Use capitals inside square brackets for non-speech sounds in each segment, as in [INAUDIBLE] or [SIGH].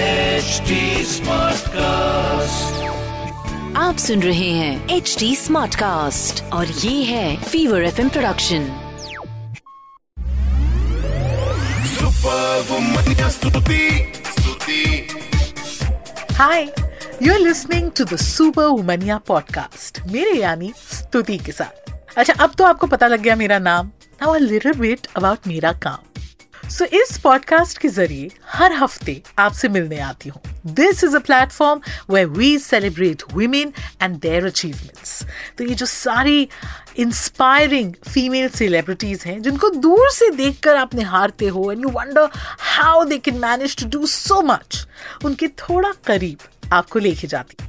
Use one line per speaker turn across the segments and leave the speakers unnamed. HD Smartcast.
आप सुन रहे हैं एच डी स्मार्ट कास्ट और ये है Fever F production
Superwoman Stuti. Stuti.
Hi you are listening to the super वुमनिया podcast मेरे यानी स्तुति के साथ अच्छा अब तो आपको पता लग गया मेरा नाम now a little bit about मेरा काम सो इस पॉडकास्ट के जरिए हर हफ्ते आपसे मिलने आती हूँ this is a platform where we celebrate women and their achievements तो ये जो सारी इंस्पायरिंग फीमेल सेलिब्रिटीज हैं जिनको दूर से देखकर आप निहारते हो and you wonder how they can manage to do so much उनके थोड़ा करीब आपको लेके जाती हूँ।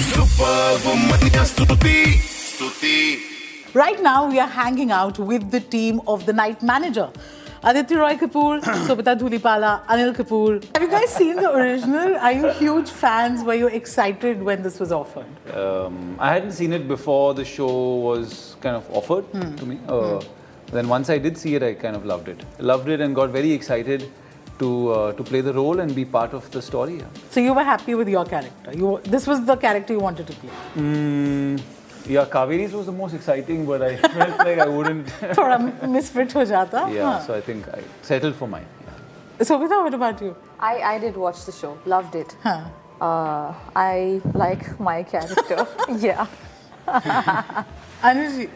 Superwoman Stuti. Stuti.
Right now, we are hanging out with the team of the night manager. Aditya Roy
[CLEARS THROAT]
Kapoor, Sobita Dhulipala, Anil Kapoor. Have you guys seen the original? Are you huge fans? Were you excited when this was offered?
Um, I hadn't seen it before the show was kind of offered
Hmm.
to me. Uh, Then once I did see it, I kind of loved it. Loved it and got very excited to uh, to play the role and be part of the story.
So you were happy with your character. You, this was the character you wanted to play.
Yeah, Kaveri's was the most exciting, but I [LAUGHS] felt like I wouldn't.
Thoda
[LAUGHS]
misfit ho jata.
yeah, so I think I settled for mine. Yeah.
Huh. Sobita, what about you?
I, I did watch the show, loved it. Uh, I like my character. yeah.
Anil ji.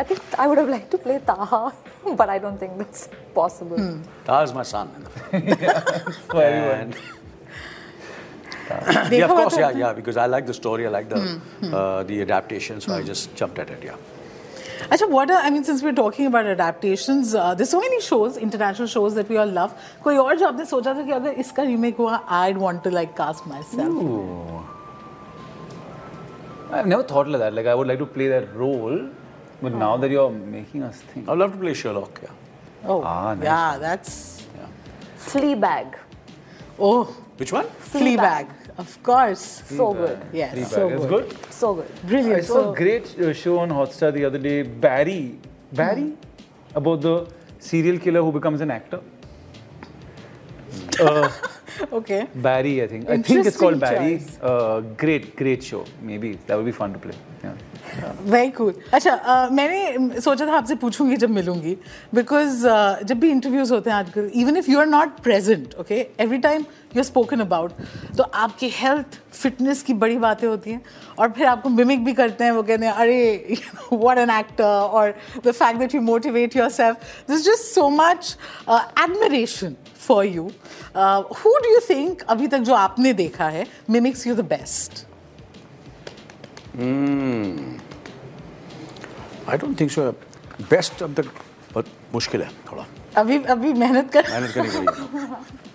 I think I would have liked to play Taha, but I don't think that's possible.
Tah's my son. in the film.
For everyone.
[LAUGHS] And yeah, of course, yeah, yeah, because I like the story, I like the uh, the adaptation, so I just jumped at it. Yeah,
Actually, what are, I mean, since we're talking about adaptations, uh, there's so many shows, international shows that we all love. कोई और जो आपने सोचा था कि अगर इसका remake हुआ, I'd want to like cast myself.
I've never thought like that. Like I would like to play that role, but now that you're making us think,
I'd love to play Sherlock. Yeah,
Oh,
Ah, nice.
yeah, that's
Fleabag,
oh,
which one?
Fleabag, of course.
so good,
Yes,
Fleabag.
so
it's
good.
good.
so good.
I
Brilliant.
saw
So,
a great uh, show on Hotstar the other day, Barry. Barry?
Hmm.
About the serial killer who becomes an actor.
okay.
Barry, I think. I think it's called Barry.
Interesting
Uh, great, great show. Maybe that would be fun to play. Yeah.
Very cool अच्छा अ, मैंने सोचा था आपसे पूछूंगी जब मिलूंगी because जब भी इंटरव्यूज होते हैं आजकल even if you are not present okay every time you are spoken about तो आपकी हेल्थ फिटनेस की बड़ी बातें होती हैं और फिर आपको मिमिक भी करते हैं वो कहते हैं अरे वट एन एक्टर और the fact that you motivate yourself this just so much admiration for you who do you think अभी तक जो आपने देखा है mimics you the best
I don't think so. Best of the, but मुश्किल है थोड़ा.
अभी अभी मेहनत कर
मेहनत करनी पड़ेगी.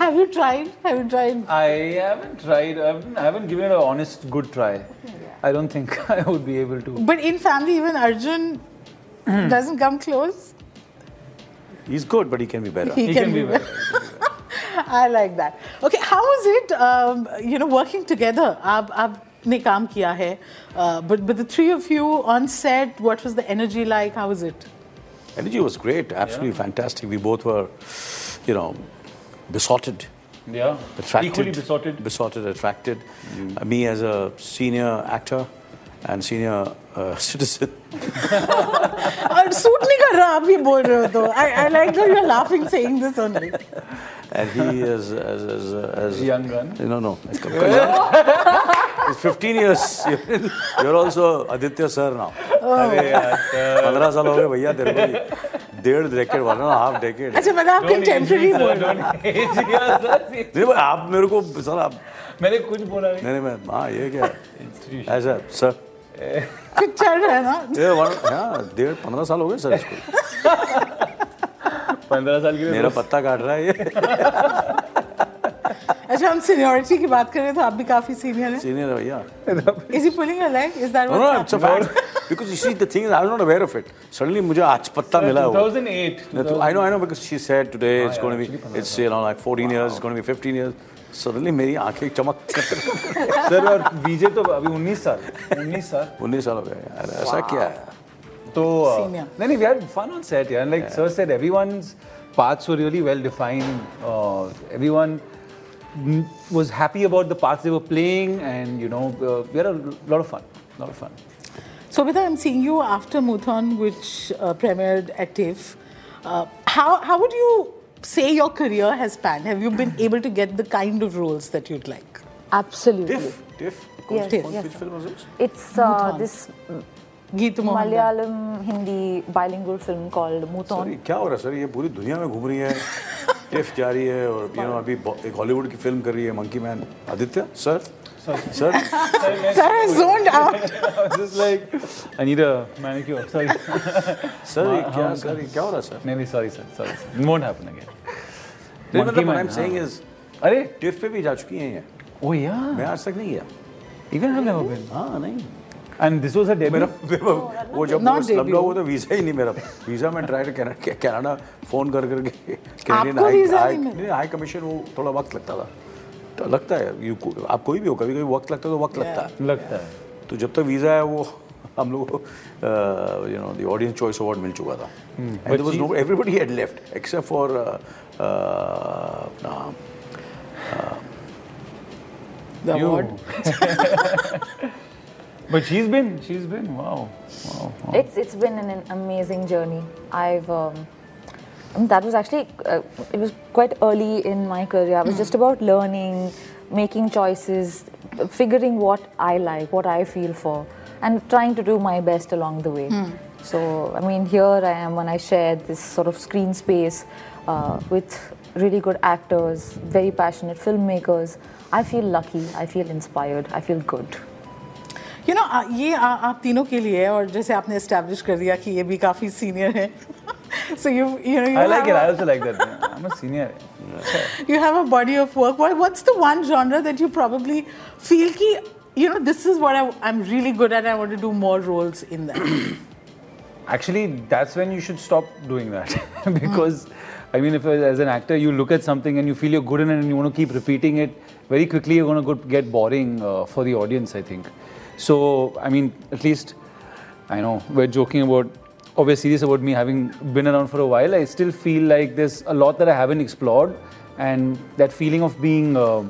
Have you tried? Have you tried?
I haven't tried, I haven't, I haven't given it an honest, good try. I don't think [LAUGHS] I would be able to.
But in family, even Arjun doesn't come close.
He's good, but he can be
[LAUGHS]
better. [LAUGHS]
He,
He
can, [LAUGHS]
can
be.
be
better. I like that. Okay, how was it? Um, you know, working together. आप आपने काम किया है. Uh, but but the three of you on set, what was the energy like? How was it?
Energy was great, absolutely fantastic. We both were, you know, besotted.
Yeah.
attracted,
Equally besotted.
besotted, attracted. Uh, me as a senior actor and senior uh, [LAUGHS] citizen.
और suit नहीं कर रहा आप ये बोल रहे हो तो. I I like that you're laughing saying this only.
and he is as as as
Young gun.
Eh, No, no, it's [LAUGHS] fifteen years. [LAUGHS] You're also Aditya sir now. पंद्रह साल हो गए भैया तेरे को भी। डेढ़ decade one and half decade
अच्छा मतलब आप [LAUGHS] contemporary बोल रहे हो.
[LAUGHS] बोल
नहीं भाई आप मेरे को सर आप
मैंने कुछ बोला नहीं
नहीं नहीं मैं हाँ ये क्या है ऐसा सर
कुछ चल रहा है [LAUGHS] ना?
ये one- हाँ डेढ़ पंद्रह साल हो गए सर इसको
पंद्रह साल की
मेरा पत्ता काट रहा है ये
अच्छा हम सीनियरिटी की बात करें तो आप भी काफी सीनियर हैं
Senior, uh, yeah.
Is he pulling your leg is that
No, no, it's a fact. Because you see, the thing is, I was not aware of it. Suddenly, मुझे आज पत्ता मिला वो.
2008.
That's- I know, I know, because she said today it's going to be, it's you know like 14 years, it's going to be 15 years. Suddenly मेरी आंखें चमक
sir और विजय तो अभी 19 साल 19 साल
उन्नीस साल हो गए यार, ऐसा क्या है
तो uh,
Senior.
नहीं नहीं we had fun on set यार like sir said everyone's parts were really well defined everyone uh, was happy about the parts they were playing and you know uh, we had a lot of fun lot of fun
Sobita, I'm seeing you after Muthon, which uh, premiered Active. Uh, how, how would you say your career has panned? Have you been able to get the kind of roles that you'd like?
Absolutely.
Tiff, Tiff.
Yes,
Which-
yes.
Which film was this?
It's uh, this
Geeta Mohandas.
Malayalam Hindi bilingual film called Muton.
Sorry, क्या हो रहा है sir ये पूरी दुनिया में घूम रही है टिफ जा रही है और यू नो अभी बहु- एक हॉलीवुड की फिल्म कर रही है monkey man Aditya sir
[LAUGHS]
sir
Sir, I zoned out.
just like I need a manicure. Sorry. [LAUGHS]
Sir ये क्या सर ये क्या हो रहा है sir
no, no, sorry, sir. Sorry, sir. It won't happen again.
नहीं,
Monkey
मतलब आई
man, हाँ।
एम सेइंग इज
अरे
टिफ पे भी जा चुकी हैं ये
oh yeah,
मैं आज तक नहीं गया
even I've never been.
हाँ नहीं
And this was her
मेरा
debut.
मेरा- वो जब
Not
लंबा
debut.
हुआ तो वीजा ही नहीं मेरा वीजा में ट्राई कनाडा फोन कर करके
आपको visa नहीं मिला?
हाई कमीशन वो थोड़ा वक्त लगता था तो लगता है you को- आप कोई भी हो कभी कभी वक्त लगता है तो वक्त लगता है
लगता है.
तो जब तक वीजा है वो हम लोग uh, you know the audience choice award मिल चुका था
Hmm.
And was no everybody had left except for uh, अपना
The award.
But she's been, she's been. Wow, wow. wow.
It's it's been an, an amazing journey. I've um, um, that was actually uh, it was quite early in my career. I was just about learning, making choices, figuring what I like, what I feel for, and trying to do my best along the way. So I mean, here I am when I share this sort of screen space uh, with really good actors, very passionate filmmakers. I feel lucky. I feel inspired. I feel good.
You know ये आ, आप तीनों के लिए है और जैसे आपने इस्टेब्लिश कर दिया कि ये भी काफी सीनियर [LAUGHS] है so you you know
I like it.
You
I also like that. I'm a senior.
you have a body of work what, what's the one genre that you probably feel ki you know this is what I, i'm really good at i want to do more roles in that
Actually, that's when you should stop doing that [LAUGHS] because. I mean, if as an actor you look at something and you feel you're good in it and you want to keep repeating it, very quickly you're going to get boring uh, for the audience, I think. So, I mean, at least I know we're joking about or we're serious about me having been around for a while. I still feel like there's a lot that I haven't explored, and that feeling of being uh,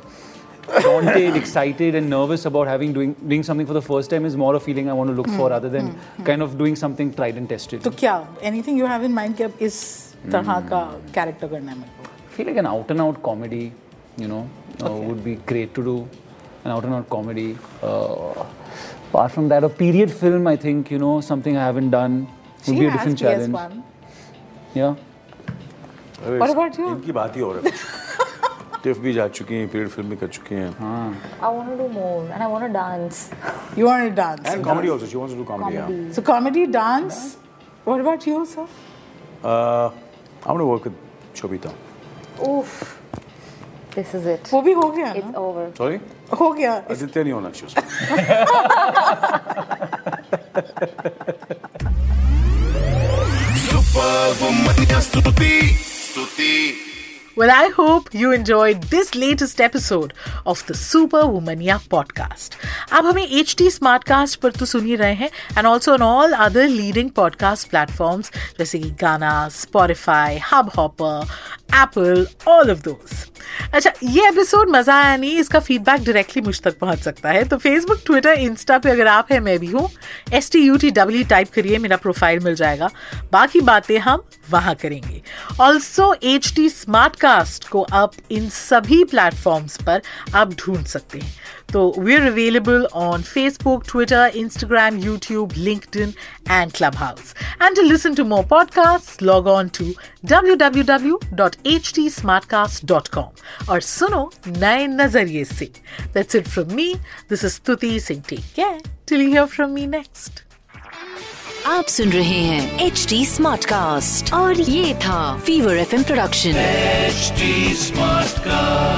daunted, excited, and nervous about having doing doing something for the first time is more a feeling I want to look for rather than kind of doing something tried and tested.
तो क्या anything you have in mind कि अब इस तरह का
Hmm.
Character करना है मेरे को
I feel like an out and out comedy, you know, uh, would be great to do. An out and out comedy. Uh, apart from that, a period film, I think, you know, something I haven't done would be a different challenge. Yeah.
What about you?
इनकी बात ही हो रहा
[LAUGHS]
है tiff भी जा चुकी हैं period film भी कर चुकी
हाँ।
हैं
I want to do more, and I want to dance.
You want to dance.
And comedy also she wants to do comedy
So comedy, dance. What about you, sir?
Uh, I'm gonna work with Shobita.
Oof. This is it.
वो भी हो गया ना?
It's over.
Sorry?
हो गया
Aditya नहीं होना चाहिए उसमें।
Superwoman ya stuti, stuti.
Well, I hope you enjoyed this latest episode of the Super Womania podcast. आप हमें एच टी स्मार्टकास्ट पर तो सुन ही रहे हैं and also on all other leading podcast platforms जैसे कि Gaana Spotify Hubhopper Apple all of दोस्त अच्छा ये एपिसोड मजा आया नहीं इसका फीडबैक डायरेक्टली मुझ तक पहुंच सकता है तो फेसबुक ट्विटर इंस्टा पे अगर आप हैं मैं भी हूँ S T U T W type करिए मेरा प्रोफाइल मिल जाएगा बाकी बातें हम वहाँ करेंगे also H T Smartcast को आप इन सभी प्लेटफॉर्म्स पर आप ढूंढ सकते हैं तो we are available on Facebook Twitter Instagram YouTube LinkedIn and Clubhouse and to listen to more podcast log on to www.htsmartcast.com और सुनो नए नजरिए से that's it from me this is Stuti Singh take care till you hear from me next
आप सुन रहे हैं H D Smartcast और ये था Fever F production
HD Smartcast.